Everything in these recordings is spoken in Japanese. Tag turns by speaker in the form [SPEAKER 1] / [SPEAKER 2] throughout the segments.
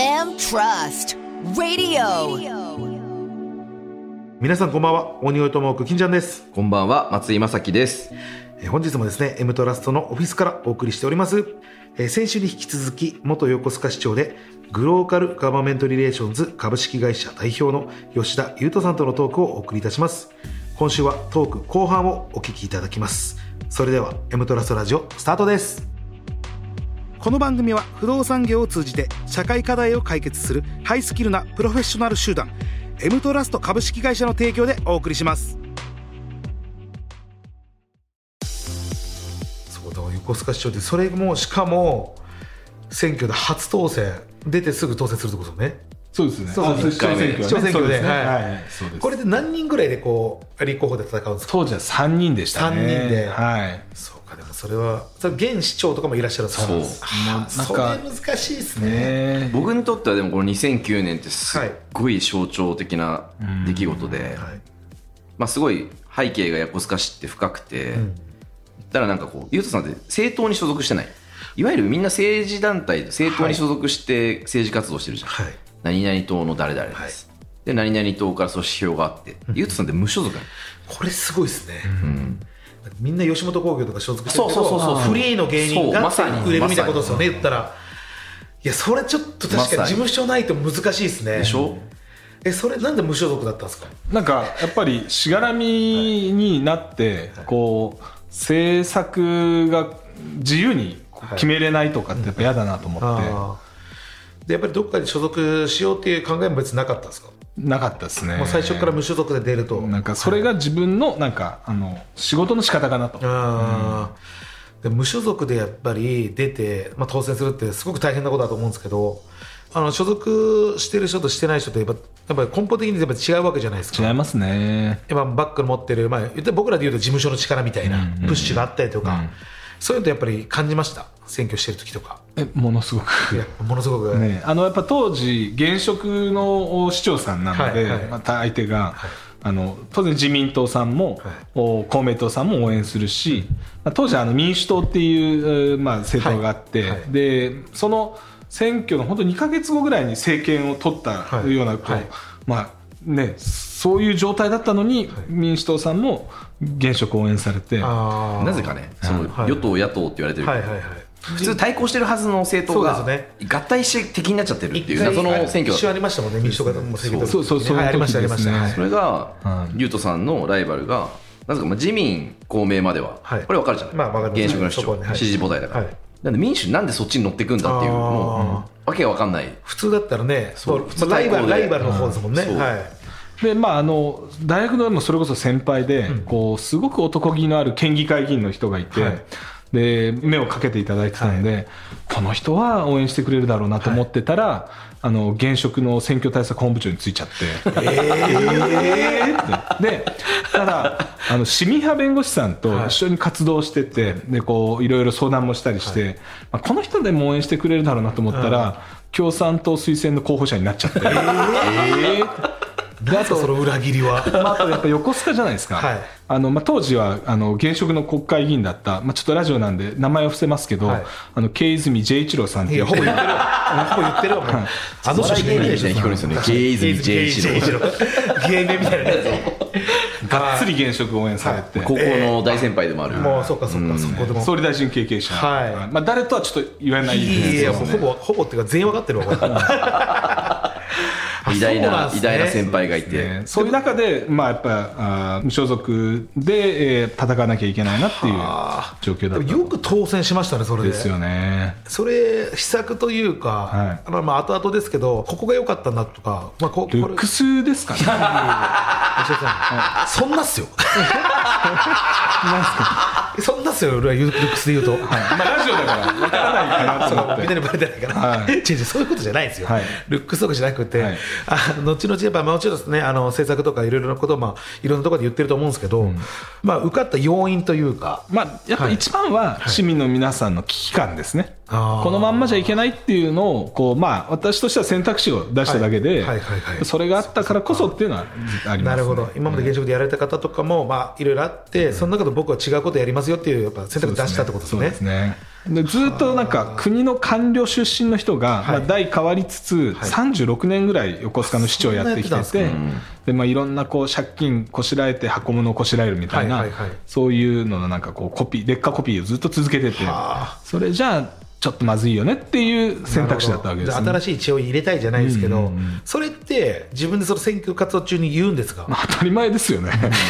[SPEAKER 1] and Trust Radio.
[SPEAKER 2] 皆さんこんばんは鬼越トモーク金ちゃんです
[SPEAKER 3] こんばんは、松井正樹です。
[SPEAKER 2] えー本日もですね M トラストのオフィスからお送りしておりますえー先週に引き続き元横須賀市長でグローカルガバメントリレーションズ株式会社代表の吉田裕斗さんとのトークをお送りいたします今週はトーク後半をお聞きいただきますそれでは M トラストラジオスタートですこの番組は不動産業を通じて社会課題を解決するハイスキルなプロフェッショナル集団 M トラスト株式会社の提供でお送りしますそうだ横須賀市長でそれもしかも選挙で初当選出てすぐ当選するってことね
[SPEAKER 4] そうですね。
[SPEAKER 2] そうそう
[SPEAKER 4] あ市長選挙ね
[SPEAKER 2] 市長選挙で
[SPEAKER 4] そうすね
[SPEAKER 2] は
[SPEAKER 4] はいいはい。そうです。
[SPEAKER 2] これで何人ぐらいでこう立候補で戦うんですか
[SPEAKER 4] 当時は三人でしたね。
[SPEAKER 2] 三人で
[SPEAKER 4] はい。
[SPEAKER 2] そうかでもそれはそれ現市長とかもいらっしゃるんですか
[SPEAKER 3] そう
[SPEAKER 2] はあ
[SPEAKER 4] なん
[SPEAKER 2] それ
[SPEAKER 4] か
[SPEAKER 2] 難しいですね
[SPEAKER 4] ね
[SPEAKER 3] 僕にとってはでもこの2009年ってすっごい象徴的な出来事で、
[SPEAKER 2] はい
[SPEAKER 3] まあすごい背景が横須賀市って深くて、だからなんかこう、ゆうとさんって政党に所属してない。いわゆるみんな政治団体、政党に所属して政治活動してるじゃん。
[SPEAKER 2] はい
[SPEAKER 3] 何々党の誰々です。で、何々党から組織票があって、ゆうとさんって無所属なの
[SPEAKER 2] これすごいですね、みんな吉本興業とか所属してるけ
[SPEAKER 3] そうそうそう
[SPEAKER 2] ど
[SPEAKER 3] そう
[SPEAKER 2] フリーの芸人
[SPEAKER 3] そう
[SPEAKER 2] が
[SPEAKER 3] まさに
[SPEAKER 2] 売れるみたいなことですよね言ったらいやそれちょっと確かに
[SPEAKER 3] ま
[SPEAKER 2] 事
[SPEAKER 3] さに
[SPEAKER 2] 務所ないと難しいですね
[SPEAKER 3] でしょ
[SPEAKER 2] えそれなんで無所属だったんですか
[SPEAKER 4] なんかやっぱりしがらみになって、こう政策が自由に決めれないとかってやっぱ嫌だなと思っ
[SPEAKER 2] あーでやっぱりどっかに所属しようっていう考えも別になかったんですか、
[SPEAKER 4] てなかったですね。
[SPEAKER 2] もう最初から無所属で出ると、
[SPEAKER 4] なんかそれが自分のなんかあの仕事の仕方かなと。
[SPEAKER 2] あーで無所属でやっぱり出て、まあ、当選するってすごく大変なことだと思うんですけどあの所属してる人としてない人ってやっぱやっぱり根本的にやっぱ違うわけじゃないですか
[SPEAKER 4] 違いますね。
[SPEAKER 2] やっぱバックの持ってる、まあ、言って僕らで言うと事務所の力みたいなプッシュがあったりとか、そういうのとやっぱり感じました選挙してる時とか
[SPEAKER 4] えものすごく
[SPEAKER 2] い。やものすごく、
[SPEAKER 4] ね、あのやっぱ当時現職のお市長さんなので、
[SPEAKER 2] はいはい
[SPEAKER 4] また相手が、あの当然自民党さんも、お公明党さんも応援するし、まあ当時あの民主党っていう、えーまあ、政党があって、
[SPEAKER 2] はいはい
[SPEAKER 4] でその選挙の本当2か月後ぐらいに政権を取った
[SPEAKER 2] はい
[SPEAKER 4] ような、こう
[SPEAKER 2] はい
[SPEAKER 4] まあね、そういう状態だったのに、民主党さんも現職応援されて。
[SPEAKER 2] あー
[SPEAKER 3] なぜかね、その
[SPEAKER 2] はい
[SPEAKER 3] 与党、野党って言われてるけど
[SPEAKER 2] はいはいはい
[SPEAKER 3] 普通対抗してるはずの政
[SPEAKER 2] そ
[SPEAKER 3] 党
[SPEAKER 2] う
[SPEAKER 3] が
[SPEAKER 2] で
[SPEAKER 3] 合体して敵になっちゃってるってい
[SPEAKER 2] 一
[SPEAKER 3] う
[SPEAKER 2] 回
[SPEAKER 3] 謎の選挙だ
[SPEAKER 2] 一瞬
[SPEAKER 3] っ
[SPEAKER 2] ありましたもんね民主党がもう政権
[SPEAKER 4] そうそうそう
[SPEAKER 2] はいありましたありました、
[SPEAKER 4] そう
[SPEAKER 2] は
[SPEAKER 4] で
[SPEAKER 3] た
[SPEAKER 2] い
[SPEAKER 4] す
[SPEAKER 3] それが
[SPEAKER 4] はい
[SPEAKER 3] 雄斗さんのライバルがなぜかまあ自民公明までは
[SPEAKER 2] はい
[SPEAKER 3] これわかるじゃない、
[SPEAKER 2] まあわかります
[SPEAKER 3] 現職の
[SPEAKER 2] そ
[SPEAKER 3] 主
[SPEAKER 2] こはねは
[SPEAKER 3] 張
[SPEAKER 2] い
[SPEAKER 3] 支持母体だから、
[SPEAKER 2] はい
[SPEAKER 3] なんで民主なんでそっちに乗ってくんだっていう
[SPEAKER 2] あー
[SPEAKER 3] もうわけわかんない
[SPEAKER 2] 普通だったらね
[SPEAKER 3] そう
[SPEAKER 2] まあ
[SPEAKER 3] 普通
[SPEAKER 2] ライバル
[SPEAKER 3] 対抗
[SPEAKER 2] ラ
[SPEAKER 3] で
[SPEAKER 2] イバルの方ですもんね、
[SPEAKER 3] うんそう
[SPEAKER 2] はい
[SPEAKER 4] でまあ、あの大学のでもそれこそ先輩で、こうすごく男気のある県議会議員の人がいて、
[SPEAKER 2] はい
[SPEAKER 4] で目をかけていただいてたので、この人は応援してくれるだろうなと思ってたら、あの現職の選挙対策本部長についちゃって。
[SPEAKER 2] え
[SPEAKER 4] でただあの市民派弁護士さんと一緒に活動してて、でこういろいろ相談もしたりして、まあ、この人でも応援してくれるだろうなと思ったら、共産党推薦の候補者になっちゃって。え
[SPEAKER 2] ー、なんかその裏切りは
[SPEAKER 4] まあ、あとやっぱ横須賀じゃないですか、
[SPEAKER 2] はい
[SPEAKER 4] あのまあ、当時はあの現職の国会議員だった、まあ、ちょっとラジオなんで名前を伏せますけど、
[SPEAKER 2] はい
[SPEAKER 4] あの慶泉 J 一郎さんって
[SPEAKER 2] い
[SPEAKER 4] いう
[SPEAKER 2] やほぼ言ってるわほぼ言ってるわもうあの人しかいないでしょ
[SPEAKER 3] お笑い芸人みたいに聞こえる
[SPEAKER 2] 確かに
[SPEAKER 3] んですよね
[SPEAKER 2] ゲイズミ郎
[SPEAKER 3] ゲイズミ J 一
[SPEAKER 2] 芸名みたいなね
[SPEAKER 4] がっつり現職応援されて、
[SPEAKER 3] 高校の大先輩でもある、
[SPEAKER 2] もうそうかそうか、そこでも
[SPEAKER 4] 総理大臣経験者、
[SPEAKER 2] はい
[SPEAKER 4] まあ、誰とはちょっと言えない
[SPEAKER 2] い
[SPEAKER 4] です
[SPEAKER 2] い
[SPEAKER 4] け
[SPEAKER 2] いや
[SPEAKER 4] ど
[SPEAKER 2] もうほぼほぼっていうか全員分かってるわこれ
[SPEAKER 3] 偉大な
[SPEAKER 2] あそう
[SPEAKER 3] 偉
[SPEAKER 2] んですね
[SPEAKER 3] 大な先輩がいて、
[SPEAKER 4] ねそういう中で、まあ、やっぱあー無所属で、えー戦わなきゃいけないなっていう
[SPEAKER 2] あー
[SPEAKER 4] 状況だっ
[SPEAKER 2] で
[SPEAKER 4] た
[SPEAKER 2] もよく当選しましたねそれで
[SPEAKER 4] ですよね。
[SPEAKER 2] それ秘策というか、
[SPEAKER 4] は
[SPEAKER 2] まあまあ後々ですけどここが良かったなとか、まあ、ここれ
[SPEAKER 4] ルックスですか ね。
[SPEAKER 2] 吉田さんそんなっすよそんなっすよ俺はルックスで言うと、
[SPEAKER 4] まあ、ラジオだから、わからないかなと思っ
[SPEAKER 2] みん
[SPEAKER 4] て
[SPEAKER 2] な。にバレてないから、
[SPEAKER 4] は い
[SPEAKER 2] 違う違うそういうことじゃないんですよ、
[SPEAKER 4] はい
[SPEAKER 2] ルックスとかじゃなくて、
[SPEAKER 4] はい
[SPEAKER 2] あ後々、やっぱ、まあもちろんですね、あの政策とかいろいろなことを、まあ、いろんなところで言ってると思うんですけど、まあ、受かった要因というか、
[SPEAKER 4] まあ、やっぱ一番は市民の皆さんの危機感ですね、
[SPEAKER 2] あー
[SPEAKER 4] このまんまじゃいけないっていうのをこう、まあ、私としては選択肢を出しただけで、
[SPEAKER 2] はいはいはいはい
[SPEAKER 4] それがあったからこそっていうのはあります、ね、
[SPEAKER 2] なるほど、今まで現職でやられた方とかも、まあ、いろいろあって、その中で僕は違うことやりまますよっていうやっぱ選択を出したってことですね。
[SPEAKER 4] そうねでずっとなんか国の官僚出身の人が、まあ、代変わりつつ、36年ぐらい横須賀の市長をやってき
[SPEAKER 2] そんなや
[SPEAKER 4] て
[SPEAKER 2] ってた
[SPEAKER 4] てで、まあ、いろんなこう借金こしらえて箱物をこしらえるみたいな、
[SPEAKER 2] はいはいはい
[SPEAKER 4] そういうののなんかこうコピー劣化コピーをずっと続けてて
[SPEAKER 2] は
[SPEAKER 4] それじゃあちょっとまずいよねっていう選択肢だったわけです
[SPEAKER 2] な
[SPEAKER 4] ね
[SPEAKER 2] るほどじゃあ新しい血を入れたいじゃないですけど、
[SPEAKER 4] うんうんうん
[SPEAKER 2] それって自分でその選挙活動中に言うんですか、
[SPEAKER 4] まあ当たり前ですよね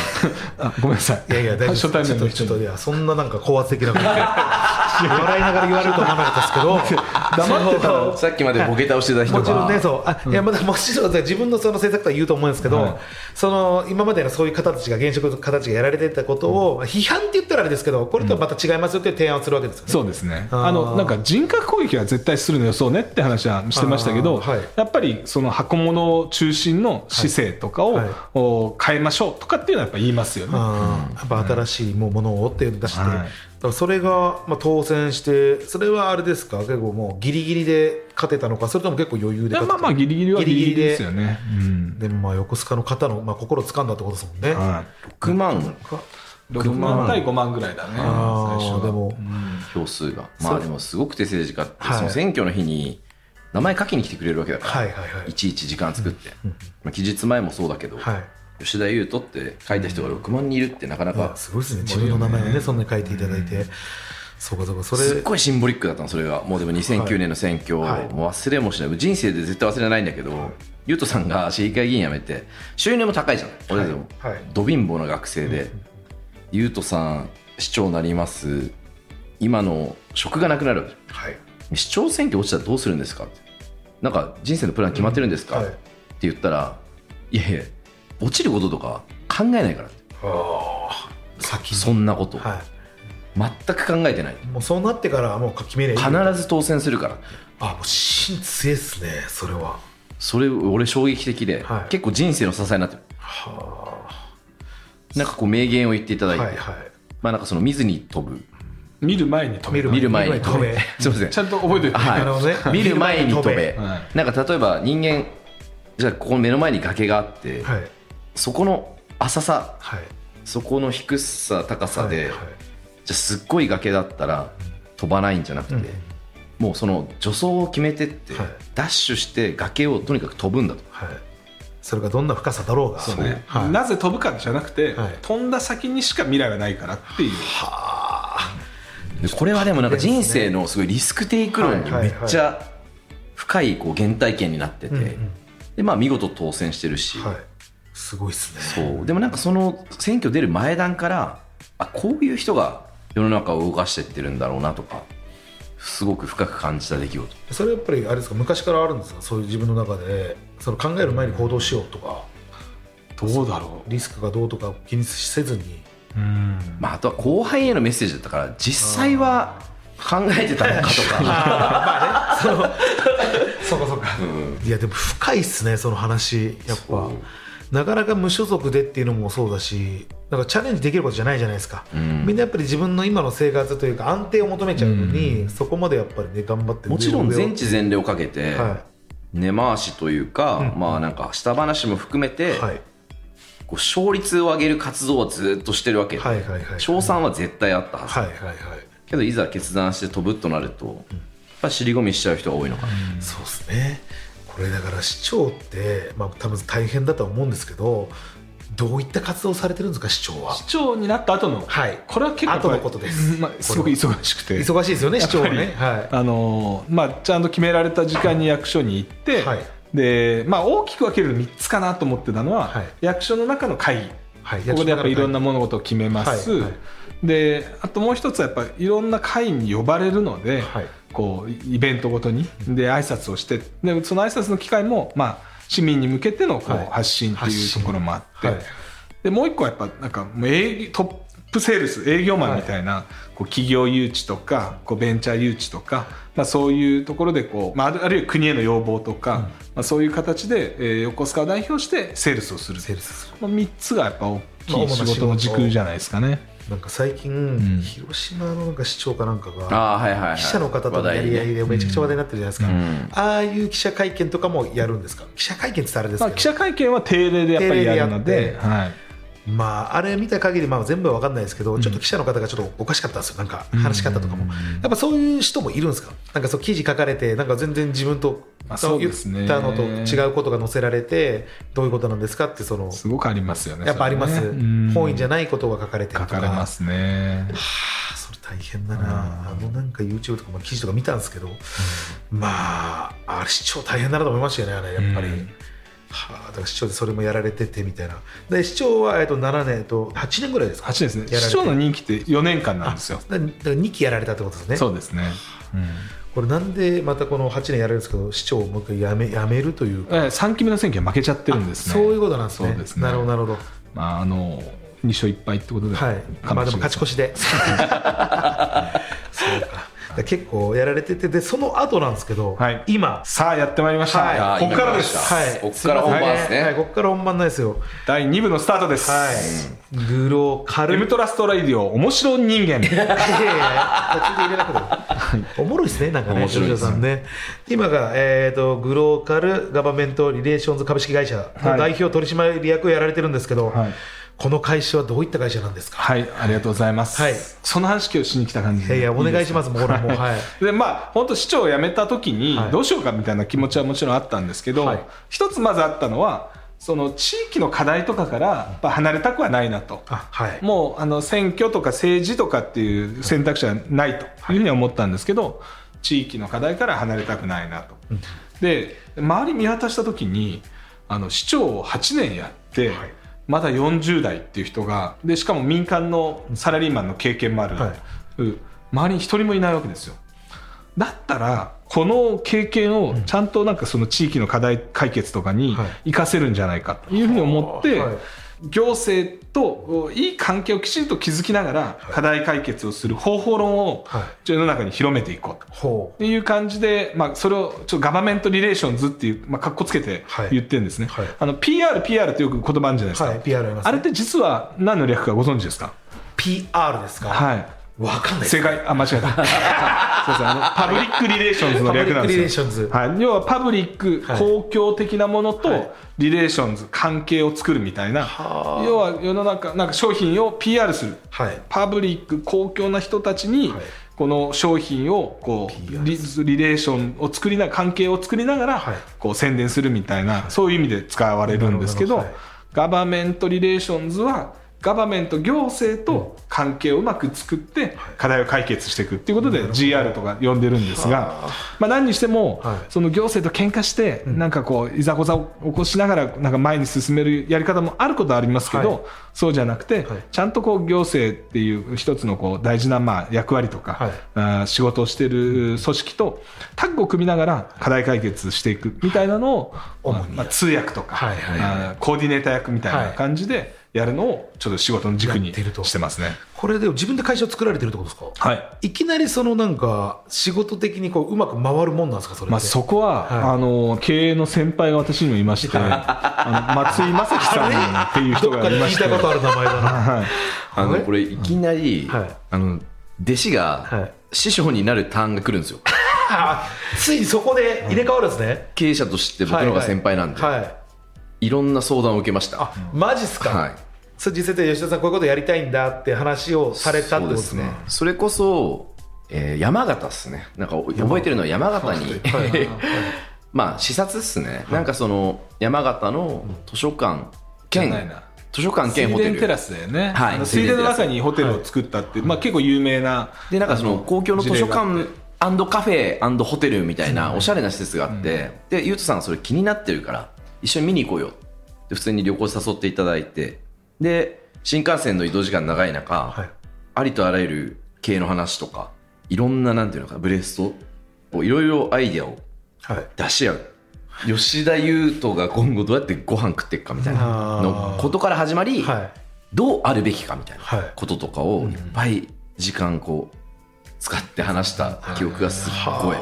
[SPEAKER 4] あごめんなさい
[SPEAKER 2] いやいや、大丈夫です
[SPEAKER 4] 初対面
[SPEAKER 2] ちょっ
[SPEAKER 4] の人
[SPEAKER 2] と、ちょっと
[SPEAKER 4] に
[SPEAKER 2] いや、そんななんか高圧的な こと言って笑いながら言われるとは思わなかったですけど、
[SPEAKER 4] 黙ってたら
[SPEAKER 3] さっきまでボケ倒してた人
[SPEAKER 2] もちろんね、
[SPEAKER 3] が
[SPEAKER 2] そう、あ、いや、まだもちろん自分のその政策とは言うと思うんですけど、
[SPEAKER 4] はい
[SPEAKER 2] その今までのそういう方たちが現職の方たちがやられてたことを、まあ批判って言ったらあれですけど、これとはまた違いますよっていう提案をするわけですよね。
[SPEAKER 4] そうですね
[SPEAKER 2] あー
[SPEAKER 4] あのなんか人格攻撃は絶対するのよそうねって話はしてましたけど、
[SPEAKER 2] あーはい
[SPEAKER 4] やっぱりその箱物を中心の姿勢とかを、
[SPEAKER 2] はいはい
[SPEAKER 4] お変えましょうとかっていうのはやっぱ言いますよね。
[SPEAKER 2] あーやっぱ新しいもものをっていうの出して、
[SPEAKER 4] はい
[SPEAKER 2] だからそれがまあ当選して、それはあれですか、結構もうギリギリで勝てたのか、それとも結構余裕
[SPEAKER 4] い
[SPEAKER 2] で
[SPEAKER 4] や
[SPEAKER 2] 勝て
[SPEAKER 4] まあ
[SPEAKER 2] たのか
[SPEAKER 4] まあギリギリはギリギリですよ
[SPEAKER 2] ギ
[SPEAKER 4] ね。うん
[SPEAKER 2] でもまあ横須賀の方のまあ心を掴んだってことですもんね。
[SPEAKER 4] は
[SPEAKER 3] 6万
[SPEAKER 4] い、6万対5万ぐらいだね、最
[SPEAKER 2] あ
[SPEAKER 4] 初
[SPEAKER 2] あ
[SPEAKER 4] は
[SPEAKER 2] でも、
[SPEAKER 3] 票数が
[SPEAKER 2] そ
[SPEAKER 3] ま
[SPEAKER 2] う
[SPEAKER 3] あでもすごく手政治家って
[SPEAKER 2] はい
[SPEAKER 3] その選挙の日に名前書きに来てくれるわけだから、
[SPEAKER 2] はいはいはい
[SPEAKER 3] ちいち時間作って、まあ、期日前もそうだけど、
[SPEAKER 2] はい
[SPEAKER 3] 吉田優斗って書いた人が6万人いるってなかな
[SPEAKER 2] ま
[SPEAKER 3] か
[SPEAKER 2] あ、すごいですね、自分の名前をね、そんなに書いていただいて、そうかそうか、そ
[SPEAKER 3] すっ
[SPEAKER 2] れ、
[SPEAKER 3] ごいシンボリックだったのそれがもうでも2009年の選挙、
[SPEAKER 2] はい
[SPEAKER 3] もう忘れもしない人生で絶対忘れないんだけど、優斗さんが市議会議員辞めて収入も高いじゃない俺でも、
[SPEAKER 2] はいはい
[SPEAKER 3] ど貧乏な学生で優斗、さん市長になります今の職がなくなるわけじゃん
[SPEAKER 2] はい、
[SPEAKER 3] 市長選挙落ちたらどうするんですかってなんか人生のプラン決まってるんですか、
[SPEAKER 2] うんはい
[SPEAKER 3] って言ったらいやいや落ちることとか考えないからって
[SPEAKER 2] 先
[SPEAKER 3] そんなこと、
[SPEAKER 2] は
[SPEAKER 3] 全く考えてない
[SPEAKER 2] い、もうそうなってから、もう書きめりゃいい、
[SPEAKER 3] 必ず当選するからって
[SPEAKER 2] あもう芯強いですね、それは。
[SPEAKER 3] それ俺衝撃的で、
[SPEAKER 2] はい
[SPEAKER 3] 結構人生の支えになってるなんかこう名言を言っていただ
[SPEAKER 2] はいい
[SPEAKER 3] て、
[SPEAKER 2] はい、
[SPEAKER 3] まあなんかその見ずに飛ぶ
[SPEAKER 4] 見る前に止める
[SPEAKER 3] 見る前に
[SPEAKER 2] 飛
[SPEAKER 3] 飛
[SPEAKER 2] べ
[SPEAKER 3] べ すいません
[SPEAKER 4] ちゃんと覚えておいて、
[SPEAKER 3] はい
[SPEAKER 2] なるほどね
[SPEAKER 3] 見る前に飛べ、
[SPEAKER 4] はい
[SPEAKER 3] なんか例えば人間じゃあここ目の前に崖があって、
[SPEAKER 2] はい、
[SPEAKER 3] そこの浅さ
[SPEAKER 2] はい、
[SPEAKER 3] そこの低さ高さで、
[SPEAKER 2] はいはい
[SPEAKER 3] じゃあすっごい崖だったら飛ばないんじゃなくて、
[SPEAKER 2] うん
[SPEAKER 3] もうその助走を決めてって、
[SPEAKER 2] はい
[SPEAKER 3] ダッシュして崖をとにかく飛ぶんだと
[SPEAKER 2] はい、それがどんな深さだろうが、
[SPEAKER 4] そうね
[SPEAKER 2] はい
[SPEAKER 4] なぜ飛ぶかじゃなくて、
[SPEAKER 2] はい
[SPEAKER 4] 飛んだ先にしか未来はないからっていう、
[SPEAKER 3] でこれはでもなんか人生のすごいリスクテイク論にめっちゃ深いこう原体験になってて、
[SPEAKER 2] うんうん
[SPEAKER 3] でまあ見事当選してるし、
[SPEAKER 2] はい、すごいですね。
[SPEAKER 3] そうでもなんかその選挙出る前段からあこういう人が世の中を動かしてってるんだろうなとかすごく深く感じた出来事
[SPEAKER 2] それやっぱりあれですか昔からあるんですかそういう自分の中でその考える前に行動しようとか
[SPEAKER 4] どうだろ
[SPEAKER 2] リスクがどうとか気にせずに
[SPEAKER 4] う、うん、
[SPEAKER 3] まあ、あとは後輩へのメッセージだったから実際は考えてたのか とか、
[SPEAKER 2] そうかそうか、いやでも深いっすねその話やっぱなかなか無所属でっていうのもそうだしなんかチャレンジできることじゃないじゃないですか、
[SPEAKER 3] うん
[SPEAKER 2] みんなやっぱり自分の今の生活というか安定を求めちゃうのに、そこまでやっぱりね頑張って
[SPEAKER 3] もちろん
[SPEAKER 2] 上を
[SPEAKER 3] 全知全霊をかけて
[SPEAKER 2] は
[SPEAKER 3] 根回しというか、
[SPEAKER 2] うん
[SPEAKER 3] まあなんか下話も含めて
[SPEAKER 2] いはい
[SPEAKER 3] こう勝率を上げる活動はずっとしてるわけで
[SPEAKER 2] はいはいはい
[SPEAKER 3] 賞賛は絶対あったはず
[SPEAKER 2] はいはいはい
[SPEAKER 3] けどいざ決断して飛ぶとなるとやっぱ尻込みしちゃう人が多いのかな
[SPEAKER 2] そうですねこれだから市長って、まあ、多分大変だとは思うんですけどどういった活動されてるんですか市長は
[SPEAKER 4] 市長になった後の、
[SPEAKER 2] はい
[SPEAKER 4] これは結構
[SPEAKER 2] 後のことです
[SPEAKER 4] まあ、すごく忙しくて
[SPEAKER 2] 忙しいですよね市長はね
[SPEAKER 4] やっぱり
[SPEAKER 2] は
[SPEAKER 4] あのーまあ、ちゃんと決められた時間に役所に行って、
[SPEAKER 2] はい
[SPEAKER 4] でまあ、大きく分ける3つかなと思ってたのは、
[SPEAKER 2] はい
[SPEAKER 4] 役所の中の会議
[SPEAKER 2] い、はい、
[SPEAKER 4] ここでやっぱいろんな
[SPEAKER 2] も
[SPEAKER 4] 物事を決めます、
[SPEAKER 2] はいはい
[SPEAKER 4] であともう一つはやっぱいろんな会に呼ばれるので、
[SPEAKER 2] はい
[SPEAKER 4] こうイベントごとにで挨拶をしてでその挨拶の機会も、まあ、市民に向けてのこう
[SPEAKER 2] はい
[SPEAKER 4] 発信って
[SPEAKER 2] 発
[SPEAKER 4] いうと
[SPEAKER 2] 信
[SPEAKER 4] ころもあって、
[SPEAKER 2] はい
[SPEAKER 4] でもう一個はやっぱなんかもう営業トップセールス営業マンみたいな、こう企業誘致とかこうベンチャー誘致とか、まあ、そういうところでこう、まあ、あるあるいは国への要望とか、まあ、そういう形で、えー横須賀を代表してセールスをする
[SPEAKER 2] セールスする
[SPEAKER 4] この3つがやっぱ大
[SPEAKER 2] まあ
[SPEAKER 4] き
[SPEAKER 2] 主
[SPEAKER 4] い
[SPEAKER 2] な仕
[SPEAKER 4] 仕
[SPEAKER 2] 事
[SPEAKER 4] 事の軸じゃないですかね。
[SPEAKER 2] なんか最近、
[SPEAKER 4] ん
[SPEAKER 2] 広島のなんか市長かなんかが
[SPEAKER 3] ああはいはい、はい、
[SPEAKER 2] 記者の方と
[SPEAKER 3] 話
[SPEAKER 2] のや
[SPEAKER 3] 題
[SPEAKER 2] り合い
[SPEAKER 3] ね
[SPEAKER 2] でめちゃくちゃ話題になってるじゃないですか、
[SPEAKER 3] ん
[SPEAKER 2] ああいう記者会見とかもやるんですか記者会見って言ったらあれです
[SPEAKER 4] ま
[SPEAKER 2] け
[SPEAKER 4] あ、
[SPEAKER 2] ど、
[SPEAKER 4] 記者会見は定例でやっぱりやるの
[SPEAKER 2] 定例で
[SPEAKER 4] で
[SPEAKER 2] やって
[SPEAKER 4] はい、
[SPEAKER 2] まあ、あれ見た限りまあ全部は分かんないですけど、ちょっと記者の方がちょっとおかしかったんですよ、なんか話し方とかも、やっぱそういう人もいるんですか、なんかそう記事書かれて、なんか全然自分と
[SPEAKER 4] まあそうです
[SPEAKER 2] 言
[SPEAKER 4] ね
[SPEAKER 2] ったのと違うことが載せられて、どういうことなんですかって、その
[SPEAKER 4] すごくありますよね
[SPEAKER 2] やっぱあります、
[SPEAKER 4] それはねうん
[SPEAKER 2] 本意じゃないことが書かれてる
[SPEAKER 4] 書
[SPEAKER 2] と
[SPEAKER 4] かれますね
[SPEAKER 2] あそれ大変だな、あのなんか YouTube とかも記事とか見たんですけど、まあ、あれ、市長大変だなと思いましたよね、あれ、やっぱり。
[SPEAKER 4] うん
[SPEAKER 2] はあ、だから市長でそれもやられててみたいな、で市長は、えっと、7年と8年ぐらいですか、
[SPEAKER 4] 8ですね
[SPEAKER 2] やられて
[SPEAKER 4] 市長の任期って4年間なんですよ
[SPEAKER 2] だだから2期やられたってことですね、
[SPEAKER 4] そうですね、うん
[SPEAKER 2] これ、なんでまたこの8年やられるんですけど、市長をもう一回やめやめるという、
[SPEAKER 4] えー3期目の選挙は負けちゃってるんですね。
[SPEAKER 2] そういうことなんですね、
[SPEAKER 4] そうですね
[SPEAKER 2] なるほど、なるほど、
[SPEAKER 4] まああの2勝1敗ってことで、
[SPEAKER 2] はい、まあでも勝ち越
[SPEAKER 4] し
[SPEAKER 2] し で、そうか、だから結構やられてて、でその後なんですけど、
[SPEAKER 4] はい
[SPEAKER 2] 今、
[SPEAKER 4] さあやってまいりました。
[SPEAKER 2] はい
[SPEAKER 4] ここからで
[SPEAKER 3] や
[SPEAKER 4] す。
[SPEAKER 3] はり
[SPEAKER 2] は
[SPEAKER 3] ま
[SPEAKER 2] い
[SPEAKER 3] こっから本番ですね
[SPEAKER 2] はい、ここから本番なんですよ。
[SPEAKER 4] 第2部のスタートです。
[SPEAKER 2] はい。グロカル。
[SPEAKER 4] エムトラストライディオ面白人間
[SPEAKER 2] いやいやいや途中で入れなくてもおもろいですね、なんかね、
[SPEAKER 3] 面白いです
[SPEAKER 2] 藤田さんね。今が、えー、とグローカル・ガバメント・リレーションズ株式会社の代表取締役をやられてるんですけど、
[SPEAKER 4] はい
[SPEAKER 2] この会社はどういった会社なんですか、
[SPEAKER 4] はいありがとうございます、
[SPEAKER 2] はい
[SPEAKER 4] その話今日しに来た感じ
[SPEAKER 2] いやいや、お願いします、もう俺もう、はい。
[SPEAKER 4] でまあ本当市長を辞めた時に
[SPEAKER 2] はい
[SPEAKER 4] どうしようかみたいな気持ちはもちろんあったんですけど、
[SPEAKER 2] はい
[SPEAKER 4] 一つまずあったのはその地域の課題とかからやっぱ離れたくはないなと、
[SPEAKER 2] あはい、
[SPEAKER 4] もうあの選挙とか政治とかっていう選択肢はないというふうには思ったんですけど、地域の課題から離れたくないなと。で周り見渡した時にあの市長を8年やって、
[SPEAKER 2] はい
[SPEAKER 4] まだ40代っていう人がでしかも民間のサラリーマンの経験もある、
[SPEAKER 2] はい
[SPEAKER 4] うん周りに一人もいないわけですよ。だったらこの経験をちゃんとなんかその地域の課題解決とかに
[SPEAKER 2] はい
[SPEAKER 4] 生かせるんじゃないかというふうに思って、
[SPEAKER 2] はい
[SPEAKER 4] 行政といい関係をきちんと築きながら課題解決をする方法論を
[SPEAKER 2] はい
[SPEAKER 4] 世の中に広めていこうと。
[SPEAKER 2] ほ
[SPEAKER 4] っていう感じで、まあ、それをちょっとガバメントリレーションズっていう、まあ、かっこつけて
[SPEAKER 2] はい
[SPEAKER 4] 言ってるんですね、
[SPEAKER 2] はい
[SPEAKER 4] あの PR、PR ってよく言葉あるじゃないです
[SPEAKER 2] う、
[SPEAKER 4] か、
[SPEAKER 2] はい、PR あります、ね、
[SPEAKER 4] あれって実は何の略かご存知ですか、
[SPEAKER 2] PR ですか、
[SPEAKER 4] はい、
[SPEAKER 2] わかんないです
[SPEAKER 4] 正解、あ、間違 えた。すみません、あの、パブリックリレーションズの略なん
[SPEAKER 2] パブリックリレ
[SPEAKER 4] で
[SPEAKER 2] ー
[SPEAKER 4] す
[SPEAKER 2] ションズ
[SPEAKER 4] よ。はい、要はパブリック、
[SPEAKER 2] はい
[SPEAKER 4] 公共的なものと、
[SPEAKER 2] はい
[SPEAKER 4] リレーションズ、関係を作るみたいな。要は世の中、なんか商品を PR する。
[SPEAKER 2] はい
[SPEAKER 4] パブリック、公共な人たちに、
[SPEAKER 2] はい
[SPEAKER 4] この商品をこう
[SPEAKER 2] PR
[SPEAKER 4] リリレーションを作りな関係を作りながら、
[SPEAKER 2] はい
[SPEAKER 4] こう宣伝するみたいな、そういう意味で使われるんですけど
[SPEAKER 2] なるほどはい
[SPEAKER 4] ガバメントリレーションズはガバメント行政と関係をうまく作って課題を解決していくっていうことで GR とか呼んでるんですが、まあ、何にしても
[SPEAKER 2] はい
[SPEAKER 4] その行政と喧嘩してなんかこういざこざを起こしながらなんか前に進めるやり方もあることはありますけ
[SPEAKER 2] はい
[SPEAKER 4] どそうじゃなくて
[SPEAKER 2] はい
[SPEAKER 4] ちゃんとこう行政っていう一つのこう大事なまあ役割と
[SPEAKER 2] はい
[SPEAKER 4] かあー仕事をしてる組織とタッグを組みながら課題解決していくみたいなのを
[SPEAKER 2] 主に
[SPEAKER 4] まあ通訳とか
[SPEAKER 2] はいはいはい
[SPEAKER 4] あーコーディネーター役みたい
[SPEAKER 2] は
[SPEAKER 4] ない感じでやるのをちょっと仕事の
[SPEAKER 2] や
[SPEAKER 4] 軸に
[SPEAKER 2] ってると
[SPEAKER 4] してますね。
[SPEAKER 2] これでも自分で会社を作られてるってことですか、
[SPEAKER 4] はい
[SPEAKER 2] いきなりそのなんか仕事的にこううまく回るもんなんですかそれって、
[SPEAKER 4] まあ、そこは、
[SPEAKER 2] はい
[SPEAKER 4] あの経営の先輩が私にもいま して、あの松井正樹さんっていう人
[SPEAKER 2] どっ
[SPEAKER 4] が
[SPEAKER 2] か
[SPEAKER 4] い
[SPEAKER 2] に
[SPEAKER 4] ま
[SPEAKER 2] 聞い
[SPEAKER 4] して
[SPEAKER 2] たことある名前だな
[SPEAKER 4] はい、
[SPEAKER 3] あ
[SPEAKER 2] は
[SPEAKER 3] の
[SPEAKER 2] い
[SPEAKER 3] これいきなり、
[SPEAKER 2] はい
[SPEAKER 3] あの弟子
[SPEAKER 2] は
[SPEAKER 3] が
[SPEAKER 2] い
[SPEAKER 3] 師匠になるターンが来るんですよ
[SPEAKER 2] あついにそこで入れ替わるんですね、
[SPEAKER 3] 経営者として僕の方が先輩なんで、
[SPEAKER 2] はい
[SPEAKER 3] い
[SPEAKER 2] はいはい
[SPEAKER 3] ろんな相談を受けました
[SPEAKER 2] あマジっすか、
[SPEAKER 3] はい
[SPEAKER 2] それ実際で吉田さんこういうことやりたいんだって話をされたって
[SPEAKER 3] そう
[SPEAKER 2] こと
[SPEAKER 3] で
[SPEAKER 2] です
[SPEAKER 3] す
[SPEAKER 2] ね
[SPEAKER 3] ねそれこそ、えー山形ですねなんか覚えてるのは山形に まあ視察っすね、なんかその山形の図書館
[SPEAKER 4] じゃ
[SPEAKER 3] 兼
[SPEAKER 4] ないな
[SPEAKER 3] 図書館兼ホテ
[SPEAKER 4] 水田
[SPEAKER 3] ル
[SPEAKER 4] テラスだよね、
[SPEAKER 3] はい
[SPEAKER 4] あの水田
[SPEAKER 3] 水田
[SPEAKER 4] の
[SPEAKER 3] テラス
[SPEAKER 4] 中にホテルを作ったっていう、まあ、結構有名な
[SPEAKER 3] でなんかそ
[SPEAKER 4] あ
[SPEAKER 3] の公共の図書
[SPEAKER 4] 事例があ
[SPEAKER 3] 館
[SPEAKER 4] って
[SPEAKER 3] カフェホテルみたいなおしゃれな施設があって、でゆうとさんがそれ気になってるから一緒に見に行こうよって普通に旅行誘っていただいてで新幹線の移動時間長い中、
[SPEAKER 2] はい
[SPEAKER 3] ありとあらゆる経営の話とかいろんななんていうのかなブレストをいろいろアイデアを
[SPEAKER 2] はい
[SPEAKER 3] 出し合う吉田優斗が今後どうやってご飯食っていくかみたいなのことから始まり、
[SPEAKER 2] はい
[SPEAKER 3] どうあるべきかみたいな
[SPEAKER 2] はい
[SPEAKER 3] こととかをいっぱい時間こう使って話した記憶がすっごい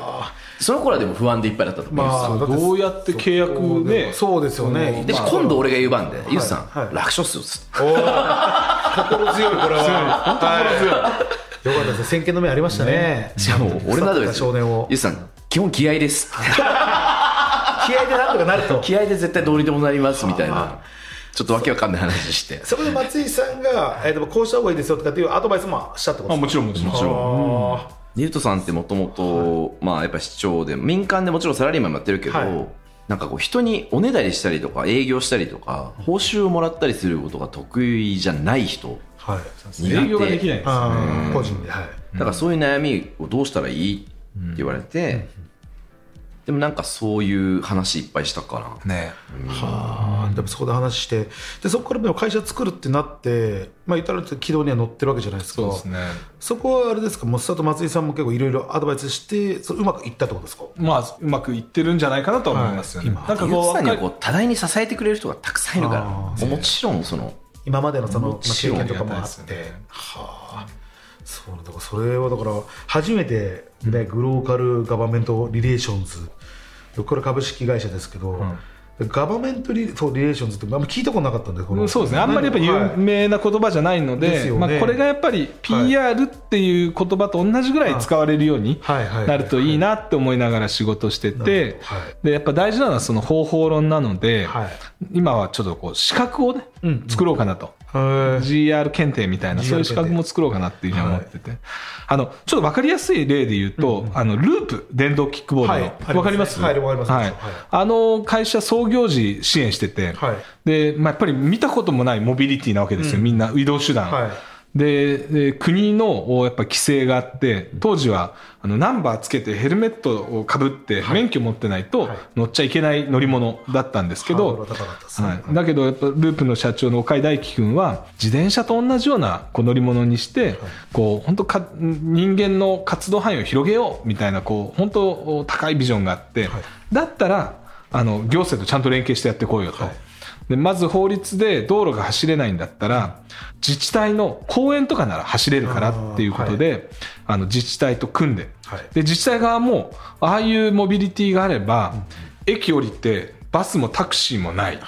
[SPEAKER 3] その頃はでも不安でいっぱいだったと思います、
[SPEAKER 2] まあだって
[SPEAKER 4] どうやって契約ね
[SPEAKER 2] そうですよね
[SPEAKER 3] で
[SPEAKER 2] まあ
[SPEAKER 3] 今度俺が言う番で
[SPEAKER 2] い
[SPEAKER 3] 「ゆうさん、
[SPEAKER 2] はい
[SPEAKER 3] 楽勝っすよ」っつって
[SPEAKER 2] おー心強いこれは強い本当心強いよかったですね先見の目ありましたね
[SPEAKER 3] しかも俺などです
[SPEAKER 2] 少年を
[SPEAKER 3] ゆうさん基本気合です
[SPEAKER 2] 気合でなんとかなると
[SPEAKER 3] 気合で絶対どうにでもなりますみたいなちょっとわけわかんない話 して
[SPEAKER 2] そこで松井さんが、えー、とこうした方がいいですよとかっていうアドバイスもしたってこと
[SPEAKER 4] あ
[SPEAKER 2] で
[SPEAKER 4] も
[SPEAKER 2] す
[SPEAKER 4] ちろんもちろん
[SPEAKER 3] もちろんでゆうとさんってもともとまあやっぱ市長で民間でもちろんサラリーマンもやってるけど、
[SPEAKER 2] はい
[SPEAKER 3] なんかこう人におねだりしたりとか営業したりとか報酬をもらったりすることが得意じゃない人
[SPEAKER 2] はい
[SPEAKER 4] 営業ができないんですよね
[SPEAKER 2] あー個人ではい
[SPEAKER 3] だからそういう悩みをどうしたらいいって言われて、でもなんかそういう話いっぱいしたか
[SPEAKER 5] ね
[SPEAKER 2] はあでもそこで話してでそこからでも会社作るってなってまあ言ったら軌道には乗ってるわけじゃないですか
[SPEAKER 4] そうですね
[SPEAKER 2] そこはあれですかもう佐藤松井さんも結構いろいろアドバイスしてそううまくいったってことですか
[SPEAKER 4] まあうまくいってるんじゃないかなとは思いますよね、
[SPEAKER 2] はい
[SPEAKER 4] な
[SPEAKER 3] なんな
[SPEAKER 4] か
[SPEAKER 3] ゆう
[SPEAKER 4] こ
[SPEAKER 3] と
[SPEAKER 4] う
[SPEAKER 3] さんには
[SPEAKER 4] 若
[SPEAKER 3] こ
[SPEAKER 4] いう
[SPEAKER 3] 多大に支えてくれる人がたくさんいるか
[SPEAKER 2] あ
[SPEAKER 3] らもちろんその
[SPEAKER 2] 今までのそのまあ
[SPEAKER 3] もち
[SPEAKER 2] 経
[SPEAKER 3] ろん
[SPEAKER 2] 験とかもあ
[SPEAKER 4] ありが
[SPEAKER 2] った
[SPEAKER 4] い
[SPEAKER 2] て、
[SPEAKER 4] ですよね
[SPEAKER 2] はあそうなんだからそれはだから初めて、ね、グローカル・ガバメント・リレーションズこれ株式会社ですけど、ガバメントリそうリレーションズってあんま聞いたことなかったんでこ
[SPEAKER 4] う
[SPEAKER 2] の
[SPEAKER 4] んそうですねあんまりやっぱ有名な言葉じゃないの
[SPEAKER 2] です
[SPEAKER 4] で、
[SPEAKER 2] よね
[SPEAKER 4] まあ、これがやっぱり PR っていう言葉と同じぐらい使われるように
[SPEAKER 2] はいはいはいはい
[SPEAKER 4] なるといいなって思いながら仕事して
[SPEAKER 2] なる
[SPEAKER 4] て
[SPEAKER 2] ほどはい
[SPEAKER 4] でやっぱ大事なのはその方法論なので、
[SPEAKER 2] はい
[SPEAKER 4] 今はちょっとこう資格をね
[SPEAKER 2] うん
[SPEAKER 4] 作ろうかなと。
[SPEAKER 2] はい
[SPEAKER 4] GR 検定みたいな、
[SPEAKER 2] GR
[SPEAKER 4] そういう資格も作ろうかなっていうふうに思ってて、あのちょっと分かりやすい例で言うと、あのループ、電動キックボードの、
[SPEAKER 2] はいありますね
[SPEAKER 4] 分かります
[SPEAKER 2] はいわかります
[SPEAKER 4] は
[SPEAKER 2] はい
[SPEAKER 4] いあの会社、創業時支援してて、
[SPEAKER 2] はい
[SPEAKER 4] でまあ、やっぱり見たこともないモビリティなわけですよ、みんな移動手段。
[SPEAKER 2] はい
[SPEAKER 4] でで国のおやっぱ規制があって当時はあのナンバーつけてヘルメットをかぶって免許持ってないと
[SPEAKER 2] はい
[SPEAKER 4] 乗っちゃいけない乗り物だったんですけ
[SPEAKER 2] ハード
[SPEAKER 4] ど
[SPEAKER 2] ルが高かったですね
[SPEAKER 4] はい、だけどやっぱループの社長の岡井大樹君は自転車と同じようなこう乗り物にしてこう本当か人間の活動範囲を広げようみたいなこう本当高いビジョンがあって、
[SPEAKER 2] はい
[SPEAKER 4] だったらあの行政とちゃんと連携してやってこうよと。でまず法律で道路が走れないんだったら自治体の公園とかなら走れるからっていうことであ、の自治体と組んで,、
[SPEAKER 2] はい
[SPEAKER 4] で自治体側もああいうモビリティがあれば、駅降りてバスもタクシーもない、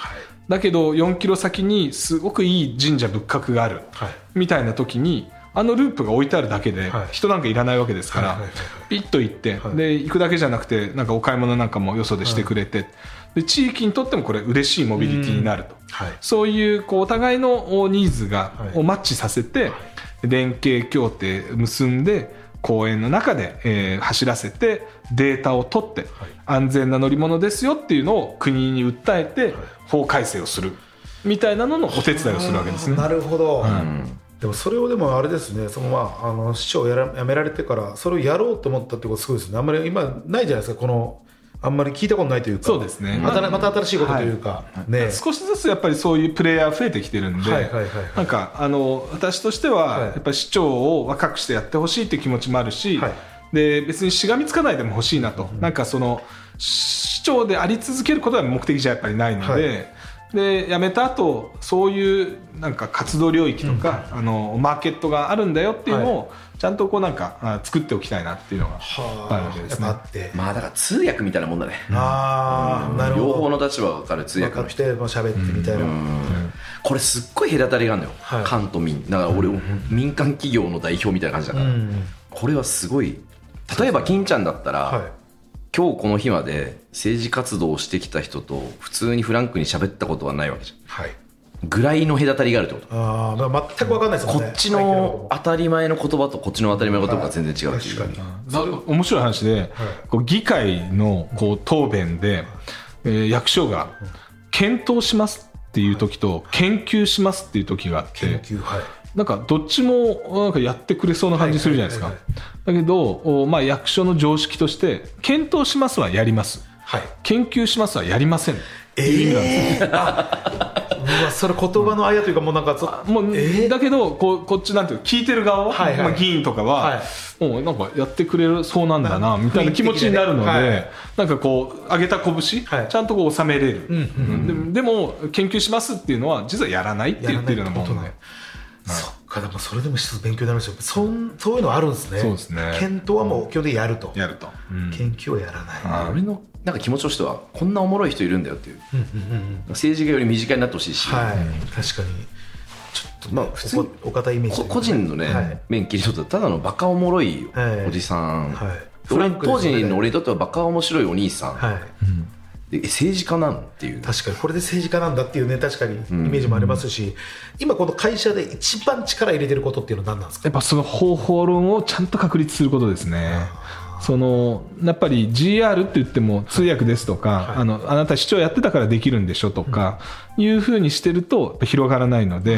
[SPEAKER 4] だけど4キロ先にすごくいい神社仏閣がある、
[SPEAKER 2] はい
[SPEAKER 4] みたいな時にあのループが置いてあるだけで、
[SPEAKER 2] はい
[SPEAKER 4] 人なんかいらないわけですから、
[SPEAKER 2] はいはいはい
[SPEAKER 4] ピッと行って、
[SPEAKER 2] はい
[SPEAKER 4] で行くだけじゃなくてなんかお買い物なんかもよそでしてくれて、で地域にとってもこれ嬉しいモビリティになると、
[SPEAKER 2] はい
[SPEAKER 4] そういうこうお互いのおニーズが、
[SPEAKER 2] はい
[SPEAKER 4] をマッチさせて、連携協定結んで公園の中で、えー走らせてデータを取って、安全な乗り物ですよっていうのを国に訴えて、法改正をするみたいなののお手伝いをするわけですね。
[SPEAKER 2] なるほど、
[SPEAKER 4] ん
[SPEAKER 2] でもそれをでもあれですねそのまああの市長をやら辞められてからそれをやろうと思ったってことすごいですねあんまり今ないじゃないですかこのあんまり聞いたことないというか
[SPEAKER 4] そうですね
[SPEAKER 2] またまた新しいことというか、ね
[SPEAKER 4] 少しずつやっぱりそういうプレイヤー増えてきてるんで、
[SPEAKER 2] はいはいはいはい
[SPEAKER 4] なんかあの私としては、
[SPEAKER 2] はい
[SPEAKER 4] やっぱり市長を若くしてやってほしいっていう気持ちもあるし、
[SPEAKER 2] はい
[SPEAKER 4] で別にしがみつかないでも欲しいなと、なんかその市長であり続けることが目的じゃやっぱりないので。
[SPEAKER 2] はい
[SPEAKER 4] で辞めた後そういうなんか活動領域とか、あのマーケットがあるんだよっていうのをちゃんとこうなんかあ作っておきたいなっていうのがあるわ
[SPEAKER 2] はあ
[SPEAKER 4] けで
[SPEAKER 2] やっ
[SPEAKER 4] す
[SPEAKER 2] ぱ
[SPEAKER 4] ね
[SPEAKER 2] あ。って、
[SPEAKER 3] まあだから通訳みたいなもんだね
[SPEAKER 2] ああなるほど
[SPEAKER 3] 両方の立場が分かる通
[SPEAKER 2] 分
[SPEAKER 3] 訳
[SPEAKER 2] か
[SPEAKER 3] の
[SPEAKER 2] っ
[SPEAKER 3] 人
[SPEAKER 2] てもう喋ってみたいな、
[SPEAKER 3] これすっごい隔たりがあるのよ、
[SPEAKER 2] はい
[SPEAKER 3] 官と民だから俺、民間企業の代表みたいな感じだから、
[SPEAKER 2] うん
[SPEAKER 3] これはすごい例えば金ちゃんだったら、
[SPEAKER 2] はい
[SPEAKER 3] 今日この日まで政治活動をしてきた人と普通にフランクに喋ったことはないわけじ
[SPEAKER 2] はい
[SPEAKER 3] ゃんぐらいの隔たりがあるってこと
[SPEAKER 2] ああまあ全く分かんないですもん
[SPEAKER 3] こ
[SPEAKER 2] ね
[SPEAKER 3] っち
[SPEAKER 2] 相手
[SPEAKER 3] の
[SPEAKER 2] こ
[SPEAKER 3] 当たり前の言葉とこっちの当たり前の言葉が全然違うっていう
[SPEAKER 2] と確かに
[SPEAKER 4] 面白い話で、こう議会のこう答弁で、えー役所が検討しますっていう時と研究しますっていう時があって
[SPEAKER 2] 研究はい
[SPEAKER 4] なんかどっちもなんかやってくれそうな感じするじゃないですか
[SPEAKER 2] はいは
[SPEAKER 4] だけど、おまあ、役所の常識として検討しますはやります
[SPEAKER 2] はい
[SPEAKER 4] 研究しますはやりません
[SPEAKER 2] ええー、あうわそれ言葉のあやというかもうなんかちょっと
[SPEAKER 4] もう、
[SPEAKER 2] えー
[SPEAKER 4] だけどこうこっちなんていうの聞いてる側は、
[SPEAKER 2] はいはい
[SPEAKER 4] まあ、議員とかは、
[SPEAKER 2] は
[SPEAKER 4] もうなんかやってくれるそうなんだなみたいな気持ちになるので、
[SPEAKER 2] はい
[SPEAKER 4] なんかこう上げた拳、
[SPEAKER 2] はい
[SPEAKER 4] ちゃんとこう収めれる、
[SPEAKER 2] ん
[SPEAKER 4] うんででも研究しますっていうのは実はやらないって言ってるようなもん
[SPEAKER 2] やらな
[SPEAKER 4] で
[SPEAKER 2] いってそっかでもそれでも一つ勉強になりましたよそんそういうのあるんですね
[SPEAKER 4] そうですね
[SPEAKER 2] 検討はもう基本的にやると
[SPEAKER 4] やると、
[SPEAKER 2] 研究をやらない
[SPEAKER 3] 俺のなんか気持ちとしてはこんなおもろい人いるんだよっていう政治家より身近になってほしいし、
[SPEAKER 2] はい確かにちょっと
[SPEAKER 3] まあ普通に
[SPEAKER 2] おお堅いイメージ
[SPEAKER 3] こ個人のね、
[SPEAKER 2] はい
[SPEAKER 3] 面切り取ったらただのバカおもろいおじさん、
[SPEAKER 2] はい
[SPEAKER 3] 俺
[SPEAKER 2] フランクです
[SPEAKER 3] 当
[SPEAKER 2] よね
[SPEAKER 3] 時の俺にとってはバカ面白いお兄さん、
[SPEAKER 2] はい
[SPEAKER 3] でえ政治家なんっていう
[SPEAKER 2] 確かにこれで政治家なんだっていうね確かにイメージもありますし、今この会社で一番力入れてることっていうのは何なんですか
[SPEAKER 4] やっぱその方法論をちゃんと確立することですね。そのやっぱり GR って言っても通訳ですとか、
[SPEAKER 2] はい
[SPEAKER 4] あのあなた市長やってたからできるんでしょとか、いうふうにしてるとやっぱ広がらないので、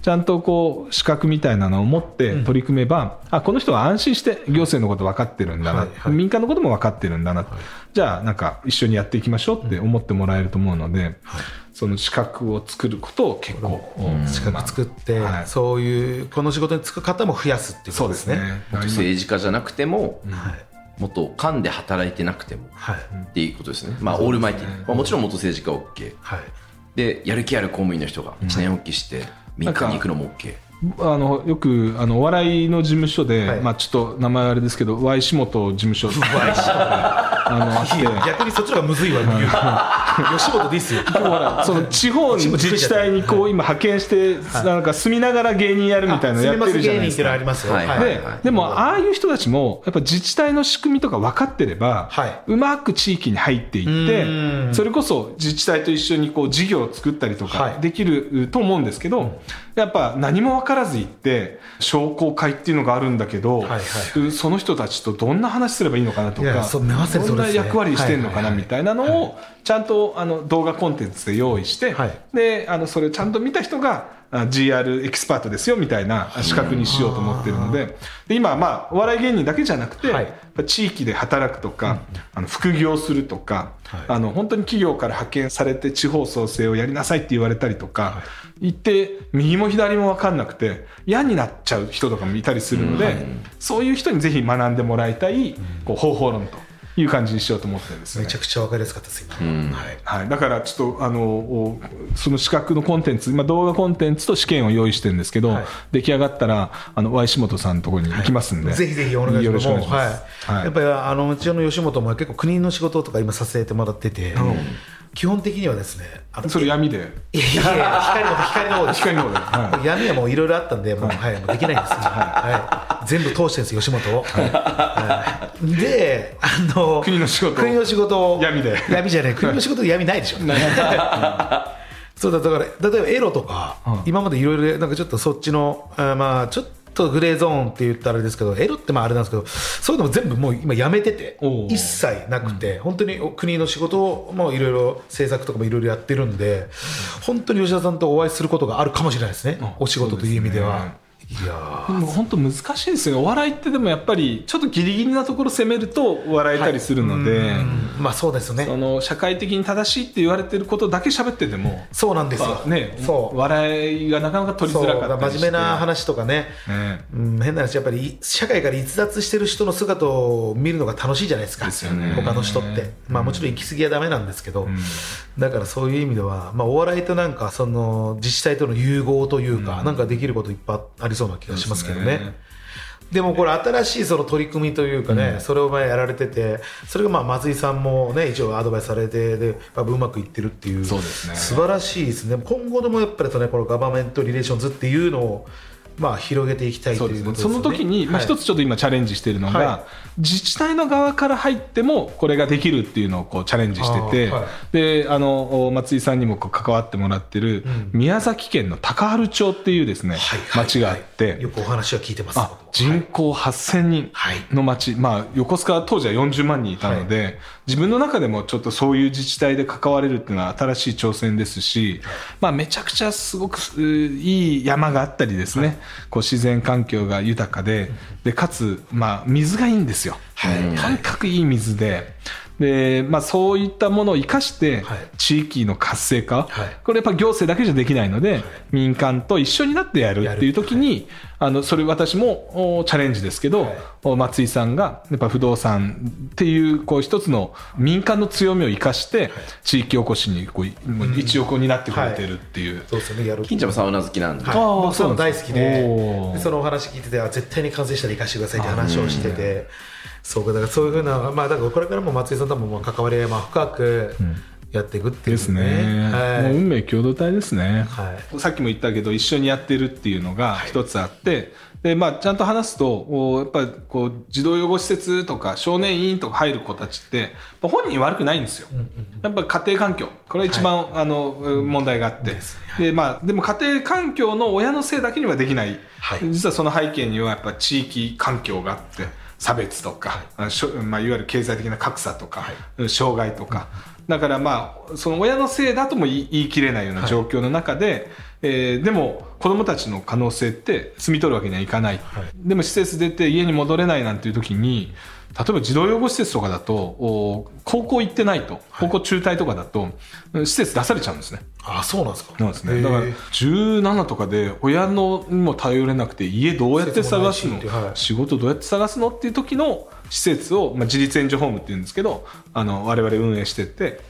[SPEAKER 4] ちゃんとこう資格みたいなのを持って取り組めば、あこの人は安心して行政のこと分かってるんだな、
[SPEAKER 2] はいはい
[SPEAKER 4] 民間のことも分かってるんだな、じゃあなんか一緒にやっていきましょうって思ってもらえると思うので、その資格を作ることを結構、
[SPEAKER 2] 資格作って、
[SPEAKER 4] はい
[SPEAKER 2] そういうこの仕事に就く方も増やすっていうこ
[SPEAKER 4] そう
[SPEAKER 2] と
[SPEAKER 4] で
[SPEAKER 2] です
[SPEAKER 4] す
[SPEAKER 2] ね
[SPEAKER 4] ね。
[SPEAKER 3] 政治家じゃなくても、
[SPEAKER 2] はい
[SPEAKER 3] 元官で働いてなくても
[SPEAKER 2] はい、
[SPEAKER 3] っていうことですね、まあ、オールマイティー、まあ、もちろん元政治家は OK
[SPEAKER 2] はい
[SPEAKER 3] でやる気ある公務員の人が一年発起して民間に行くのも OK
[SPEAKER 4] あのよくあのお笑いの事務所で、
[SPEAKER 2] はい
[SPEAKER 4] まあ、ちょっと名前あれですけど Y 下本事 務所ってあのあって
[SPEAKER 2] いや 逆にそっちの方がむずいわ、理 由吉本ですよ。
[SPEAKER 4] ほらその 地方の自治体にこう今派遣して、なんか住みながら芸人やるみたいなのやって
[SPEAKER 2] すみま
[SPEAKER 4] るじゃないです
[SPEAKER 2] せん芸人っていうのあ
[SPEAKER 4] か。
[SPEAKER 2] りますよ。
[SPEAKER 3] はい
[SPEAKER 2] はい
[SPEAKER 4] で
[SPEAKER 3] はい
[SPEAKER 4] でも、ああいう人たちも、やっぱ自治体の仕組みとか分かってれば、
[SPEAKER 2] はいう
[SPEAKER 4] まく地域に入っていって、それこそ自治体と一緒にこう事業を作ったりと
[SPEAKER 2] は
[SPEAKER 4] か
[SPEAKER 2] い
[SPEAKER 4] できると思うんですけど、やっぱ何も分からず行って、商工会っていうのがあるんだけど、
[SPEAKER 2] いはい
[SPEAKER 4] その人たちとどんな話すればいいのかなと
[SPEAKER 2] いや
[SPEAKER 4] か、
[SPEAKER 2] そうまさに
[SPEAKER 4] ど
[SPEAKER 2] そ
[SPEAKER 4] ん
[SPEAKER 2] れ
[SPEAKER 4] な
[SPEAKER 2] ですね
[SPEAKER 4] 役割してんのか
[SPEAKER 2] は
[SPEAKER 4] な
[SPEAKER 2] いはいはい
[SPEAKER 4] みたいなのを、ちゃんとあの動画コンテンツで用意して、
[SPEAKER 2] はい
[SPEAKER 4] であのそれをちゃんと見た人があ GR エキスパートですよみたいな資格にしようと思ってるのでで今はまあお笑い芸人だけじゃなくて、
[SPEAKER 2] はい
[SPEAKER 4] やっぱ地域で働くとか、あの副業するとか、
[SPEAKER 2] はい
[SPEAKER 4] あの本当に企業から派遣されて地方創生をやりなさいって言われたりとか、行って右も左も分かんなくて嫌になっちゃう人とかもいたりするので、そういう人にぜひ学んでもらいたい、こう方法論という感じにしようと思ってるんですね
[SPEAKER 2] めちゃくちゃわかりやすかったです、今。はい
[SPEAKER 4] はい、だからちょっとあのおその資格のコンテンツ、今、動画コンテンツと試験を用意してるんですけど、
[SPEAKER 2] はい
[SPEAKER 4] 出来上がったら、あの Y 下さんのところに行きますんで、
[SPEAKER 2] ぜひぜひお願いし
[SPEAKER 4] よ
[SPEAKER 2] ま
[SPEAKER 4] ろし
[SPEAKER 2] す。
[SPEAKER 4] くお願いしま
[SPEAKER 2] は
[SPEAKER 4] す。
[SPEAKER 2] い
[SPEAKER 4] はい
[SPEAKER 2] やっぱりあのうちの吉本も結構国の仕事とか今させてもらってて、基本的にはですね、あの
[SPEAKER 4] それ闇で、
[SPEAKER 2] いやいやいや光の光の方です。
[SPEAKER 4] 光の方 で、は
[SPEAKER 2] 闇はもういろいろあったんで、もう、はい、もうできないです、はい。全部通してるんです、吉本を。はいで、あの、
[SPEAKER 4] 国の仕事を
[SPEAKER 2] 国の仕事を
[SPEAKER 4] 闇で
[SPEAKER 2] 闇じゃない、国の仕事で闇ないでしょ。そうだ、だから、例えばエロとか、今までいろいろ、なんかちょっとそっちの、あーまあ、ちょっとグレーゾーンって言ったらあれですけど、エロってまああれなんですけど、そういうのも全部もう今やめてて
[SPEAKER 4] おう、
[SPEAKER 2] 一切なくて、本当に国の仕事をもういろいろ制作とかもいろいろやってるんで、本当に吉田さんとお会いすることがあるかもしれないですね、お仕事という意味では。いやー
[SPEAKER 4] い、でも本当難しいですよね、お笑いってでもやっぱり、ちょっとギリギリなところ攻めると笑えたりするので、
[SPEAKER 2] うんまあそうですよね
[SPEAKER 4] そ。の社会的に正しいって言われてることだけ喋ってても、
[SPEAKER 2] そうなんですよ
[SPEAKER 4] ま。あね、
[SPEAKER 2] そう。
[SPEAKER 4] 笑いがなかなか取り
[SPEAKER 2] そう
[SPEAKER 4] づら
[SPEAKER 2] だ
[SPEAKER 4] か
[SPEAKER 2] か
[SPEAKER 4] った
[SPEAKER 2] ら
[SPEAKER 4] りして
[SPEAKER 2] 真面目な話とかね、
[SPEAKER 4] ね
[SPEAKER 2] うん、変な話、やっぱり社会から逸脱してる人の姿を見るのが楽しいじゃないですか、
[SPEAKER 4] ですよね
[SPEAKER 2] 他の人って、まあ、もちろん行き過ぎはだめなんですけど、だからそういう意味では、まあ、お笑いとなんかその自治体との融合というか、なんかできることいっぱいありそうな気がしますけど
[SPEAKER 4] そう
[SPEAKER 2] ね。
[SPEAKER 4] ですね
[SPEAKER 2] でもこれ新しいその取り組みというかね、それを前やられててそれがまあ松井さんもね一応アドバイスされてでやっぱうまくいってるっていう
[SPEAKER 4] そうですね
[SPEAKER 2] 素晴らしいですね今後でもやっぱりそのねこのガバメントリレーションズっていうのをまあ広げていきたい
[SPEAKER 4] そ
[SPEAKER 2] と
[SPEAKER 4] うで
[SPEAKER 2] い
[SPEAKER 4] す
[SPEAKER 2] うことです
[SPEAKER 4] ね、そ
[SPEAKER 2] よね
[SPEAKER 4] の時に、まあ、
[SPEAKER 2] はい
[SPEAKER 4] 一つちょっと今チャレンジしてるのが、
[SPEAKER 2] は
[SPEAKER 4] 自治体の側から入ってもこれができるっていうのをこうチャレンジしてて
[SPEAKER 2] あーはい
[SPEAKER 4] であのお松井さんにもこう関わってもらってる、宮崎県の高原町っていうです
[SPEAKER 2] は
[SPEAKER 4] ね、
[SPEAKER 2] いはい
[SPEAKER 4] 町があって、
[SPEAKER 2] よくお話は聞いてます
[SPEAKER 4] あ
[SPEAKER 2] 僕も
[SPEAKER 4] 人口8000人
[SPEAKER 2] はい
[SPEAKER 4] の町、まあ、横須賀は当時は40万人いたので、自分の中でもちょっとそういう自治体で関われるっていうのは新しい挑戦ですし、まあ、めちゃくちゃすごくうーいい山があったりですね、こう自然環境が豊かででかつ、まあ、水がいいんですよ、とにかくいい水で。でまあ、そういったものを生かして
[SPEAKER 2] はい
[SPEAKER 4] 地域の活性化、
[SPEAKER 2] はい
[SPEAKER 4] これやっぱ行政だけじゃできないので、民間と一緒になってやるっていう時に、あのそれ私もおチャレンジですけど、
[SPEAKER 2] はい
[SPEAKER 4] お松井さんがやっぱ不動産っていうこう一つの民間の強みを生かして地域おこしにこうもう一翼になってくれてるっていう、
[SPEAKER 2] そうですよねやる
[SPEAKER 3] 金ちゃんもサウナ好きなんで、
[SPEAKER 2] はい、
[SPEAKER 4] あー
[SPEAKER 2] 僕そういうの大好きで
[SPEAKER 4] そうなんですねおー
[SPEAKER 2] でそのお話聞いててあ絶対に完成したら行かしてくださいって話をしてて、そうかだからそういうふうな、まあ、だからこれからも松井さんともまあ関わりがまあ深くやっていくっていう、
[SPEAKER 4] ですね、
[SPEAKER 2] はい
[SPEAKER 4] もう運命共同体ですね、
[SPEAKER 2] はい
[SPEAKER 4] さっきも言ったけど一緒にやってるっていうのが一つあって、でまあ、ちゃんと話すとおやっぱりこう児童養護施設とか少年院とか入る子たちってやっぱ本人悪くないんですよ、やっぱ家庭環境これが一番、あの問題があって、でまあ、でも家庭環境の親のせいだけにはできない、
[SPEAKER 2] はい
[SPEAKER 4] 実はその背景にはやっぱ地域環境があって差別とか、あしょまあ、いわゆる経済的な格差とか、障害とか。だからまあその親のせいだとも言い言い切れないような状況の中で、えーでも子どもたちの可能性って摘み取るわけにはいかない、でも施設出て家に戻れないなんていう時に例えば児童養護施設とかだとお高校行ってないと高校中退とかだと、施設出されちゃうんですね。
[SPEAKER 2] あそうなんですか
[SPEAKER 4] なんです
[SPEAKER 2] へ
[SPEAKER 4] ね、
[SPEAKER 2] ー
[SPEAKER 4] だから17とかで親のにも頼れなくて家どうやって探すの
[SPEAKER 2] 施設もないしってはい
[SPEAKER 4] 仕事どうやって探すのっていう時の施設を、まあ、自立援助ホームっていうんですけどあの我々運営してて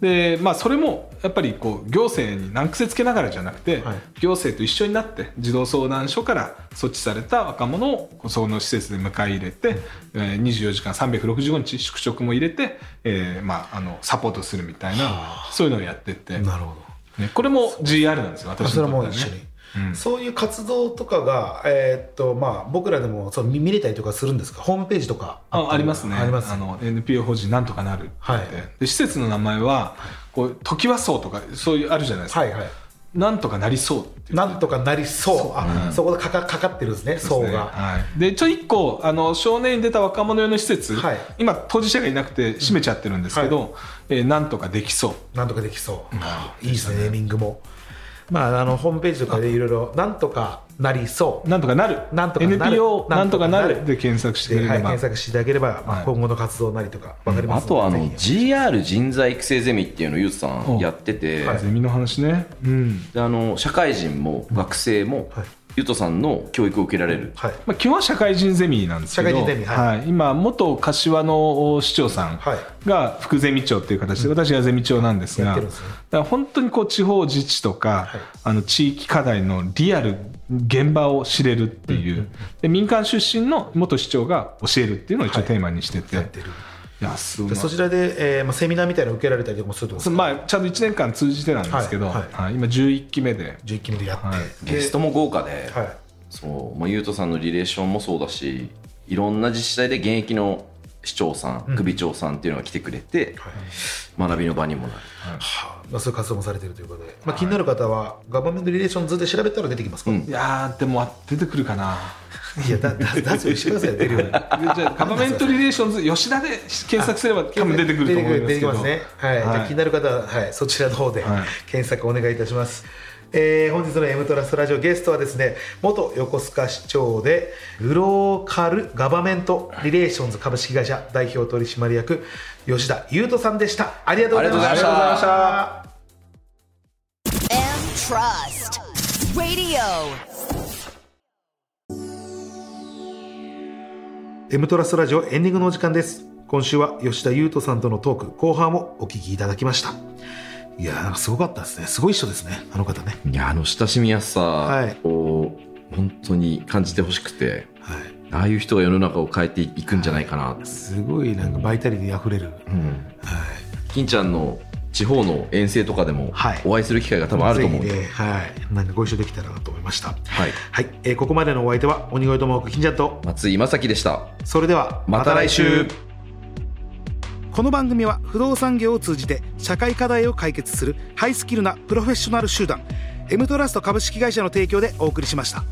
[SPEAKER 4] で、まあ、それもやっぱりこう行政に難癖つけながらじゃなくて、
[SPEAKER 2] はい
[SPEAKER 4] 行政と一緒になって児童相談所から措置された若者をその施設で迎え入れて、えー24時間365日宿食も入れて、えーまあ、あのサポートするみたいなそういうのをやってって。
[SPEAKER 2] なるほ
[SPEAKER 4] ね、これも GR なんですよ、
[SPEAKER 2] ど
[SPEAKER 4] 私
[SPEAKER 2] それは
[SPEAKER 4] の
[SPEAKER 2] も
[SPEAKER 4] こ
[SPEAKER 2] う
[SPEAKER 4] と
[SPEAKER 2] 一緒に、
[SPEAKER 4] うん
[SPEAKER 2] そういう活動とかが、えーっとまあ、僕らでもそう見見れたりとかするんですかホームページとか
[SPEAKER 4] あありますね。
[SPEAKER 2] あります
[SPEAKER 4] あの、NPO 法人なんとかなるって言って、
[SPEAKER 2] はい
[SPEAKER 4] で、施設の名前は、こう、時はそうとか、そういうあるじゃないですか。
[SPEAKER 2] はいはい
[SPEAKER 4] なんとかなりそうって言って
[SPEAKER 2] なんとかなりそうあ、
[SPEAKER 4] うん
[SPEAKER 2] そこでかかかかってるんですね
[SPEAKER 4] そ
[SPEAKER 2] 層
[SPEAKER 4] う
[SPEAKER 2] が、
[SPEAKER 4] ですねはい、でちょ一個あの少年院出た若者用の施設、
[SPEAKER 2] はい
[SPEAKER 4] 今当事者がいなくて閉めちゃってるんですけど、えーなんとかできそう
[SPEAKER 2] なんとかできそう、いいですねネーミングもまああのホームページとかでいろいろなんとかなりそう
[SPEAKER 4] なんとかなる
[SPEAKER 2] なんとかなる
[SPEAKER 4] NPO なんとかなるで検索して
[SPEAKER 2] で
[SPEAKER 4] くれれ
[SPEAKER 2] はい
[SPEAKER 4] ば、
[SPEAKER 2] 検索していただければ、ま
[SPEAKER 4] は
[SPEAKER 2] あ、
[SPEAKER 4] い
[SPEAKER 2] 今後の活動なりとかわかりま
[SPEAKER 3] あ
[SPEAKER 2] す
[SPEAKER 3] とはあ
[SPEAKER 2] ぜ
[SPEAKER 3] の
[SPEAKER 2] ひ
[SPEAKER 3] GR 人材育成ゼミっていうのをゆうとさん
[SPEAKER 4] お
[SPEAKER 3] やってて、
[SPEAKER 2] はい
[SPEAKER 4] ゼミの話ね、うん
[SPEAKER 3] であの社会人も学生も、
[SPEAKER 2] はい
[SPEAKER 3] ゆうとさんの教育を受けられる、
[SPEAKER 2] はい
[SPEAKER 4] まあ、基本は社会人ゼミなんですけど
[SPEAKER 2] 社会人ゼミは
[SPEAKER 4] 今元柏の市長さん
[SPEAKER 2] はい
[SPEAKER 4] が副ゼミ長っていう形で、私がゼミ長なんです
[SPEAKER 2] やっ
[SPEAKER 4] が
[SPEAKER 2] てるんですね
[SPEAKER 4] だから本当にこう地方自治とか、
[SPEAKER 2] はい
[SPEAKER 4] あの地域課題のリアル現場を知れるっていう,、で民間出身の元市長が教えるっていうのを一応テーマにしてて、
[SPEAKER 2] や
[SPEAKER 4] い
[SPEAKER 2] っ、てる
[SPEAKER 4] やすごい
[SPEAKER 2] でそちらで、えーまあ、セミナーみたいなの受けられたりとかもするってこと
[SPEAKER 4] そ
[SPEAKER 2] で
[SPEAKER 4] のまあ、ちゃんと1年間通じてなんですけど、
[SPEAKER 2] はいはい
[SPEAKER 4] はい今11期目です
[SPEAKER 2] か11期目でやって、
[SPEAKER 4] はい
[SPEAKER 3] ゲストも豪華で、
[SPEAKER 2] はい
[SPEAKER 3] そうまあ、ゆうとさんのリレーションもそうだしいろんな自治体で現役の市長さん、首長さんっていうのが来てくれて、
[SPEAKER 2] はい
[SPEAKER 3] 学びの場にもなる
[SPEAKER 2] はあまあ、そういう活動もされてるということで、まあ、気になる方はガバメントリレーションズで調べたら出てきますか、
[SPEAKER 3] うん
[SPEAKER 4] いやーでも出てくるかない
[SPEAKER 2] やだだだそうしてくださいよ出るように
[SPEAKER 4] でじゃあガバメントリレーションズ吉田で検索すれば多分出てくると思い
[SPEAKER 2] 出て
[SPEAKER 4] ますけ
[SPEAKER 2] き
[SPEAKER 4] ど
[SPEAKER 2] ますね。はい。じゃあ気になる方は、はい、そちらの方で、
[SPEAKER 4] はい
[SPEAKER 2] 検索お願いいたします。えー本日の M トラストラジオゲストはですね元横須賀市長でグローカル・ガバメント・リレーションズ株式会社代表取締役吉田優斗さんでしたありがとうございました
[SPEAKER 3] ありがとうございました
[SPEAKER 4] あ
[SPEAKER 1] M Trust Radio.
[SPEAKER 2] M トラストラジオエンディングのお時間です今週は吉田優斗さんとのトーク後半をお聞きいただきましたいやーなんかすごかったですねすごい人ですねあの方ね
[SPEAKER 3] いやあの親しみやす
[SPEAKER 2] は
[SPEAKER 3] さ
[SPEAKER 2] い
[SPEAKER 3] を本当に感じてほしくて、
[SPEAKER 2] はい
[SPEAKER 3] ああいう人が世の中を変えていくんじゃないかな、
[SPEAKER 2] すごいなんかバイタリティ溢れる、
[SPEAKER 3] うん、
[SPEAKER 2] はい
[SPEAKER 3] 金ちゃんの地方の遠征とかでも
[SPEAKER 2] はい
[SPEAKER 3] お会いする機会が多分あると思う、
[SPEAKER 2] ぜひね、はい、なんかご一緒できたらなと思いました。
[SPEAKER 3] はい、
[SPEAKER 2] はい、えーここまでのお相手は鬼越トマホーク金ちゃんと、
[SPEAKER 3] 松井正樹でした
[SPEAKER 2] それでは
[SPEAKER 3] また来週
[SPEAKER 2] この番組は不動産業を通じて社会課題を解決するハイスキルなプロフェッショナル集団 M トラスト株式会社の提供でお送りしました。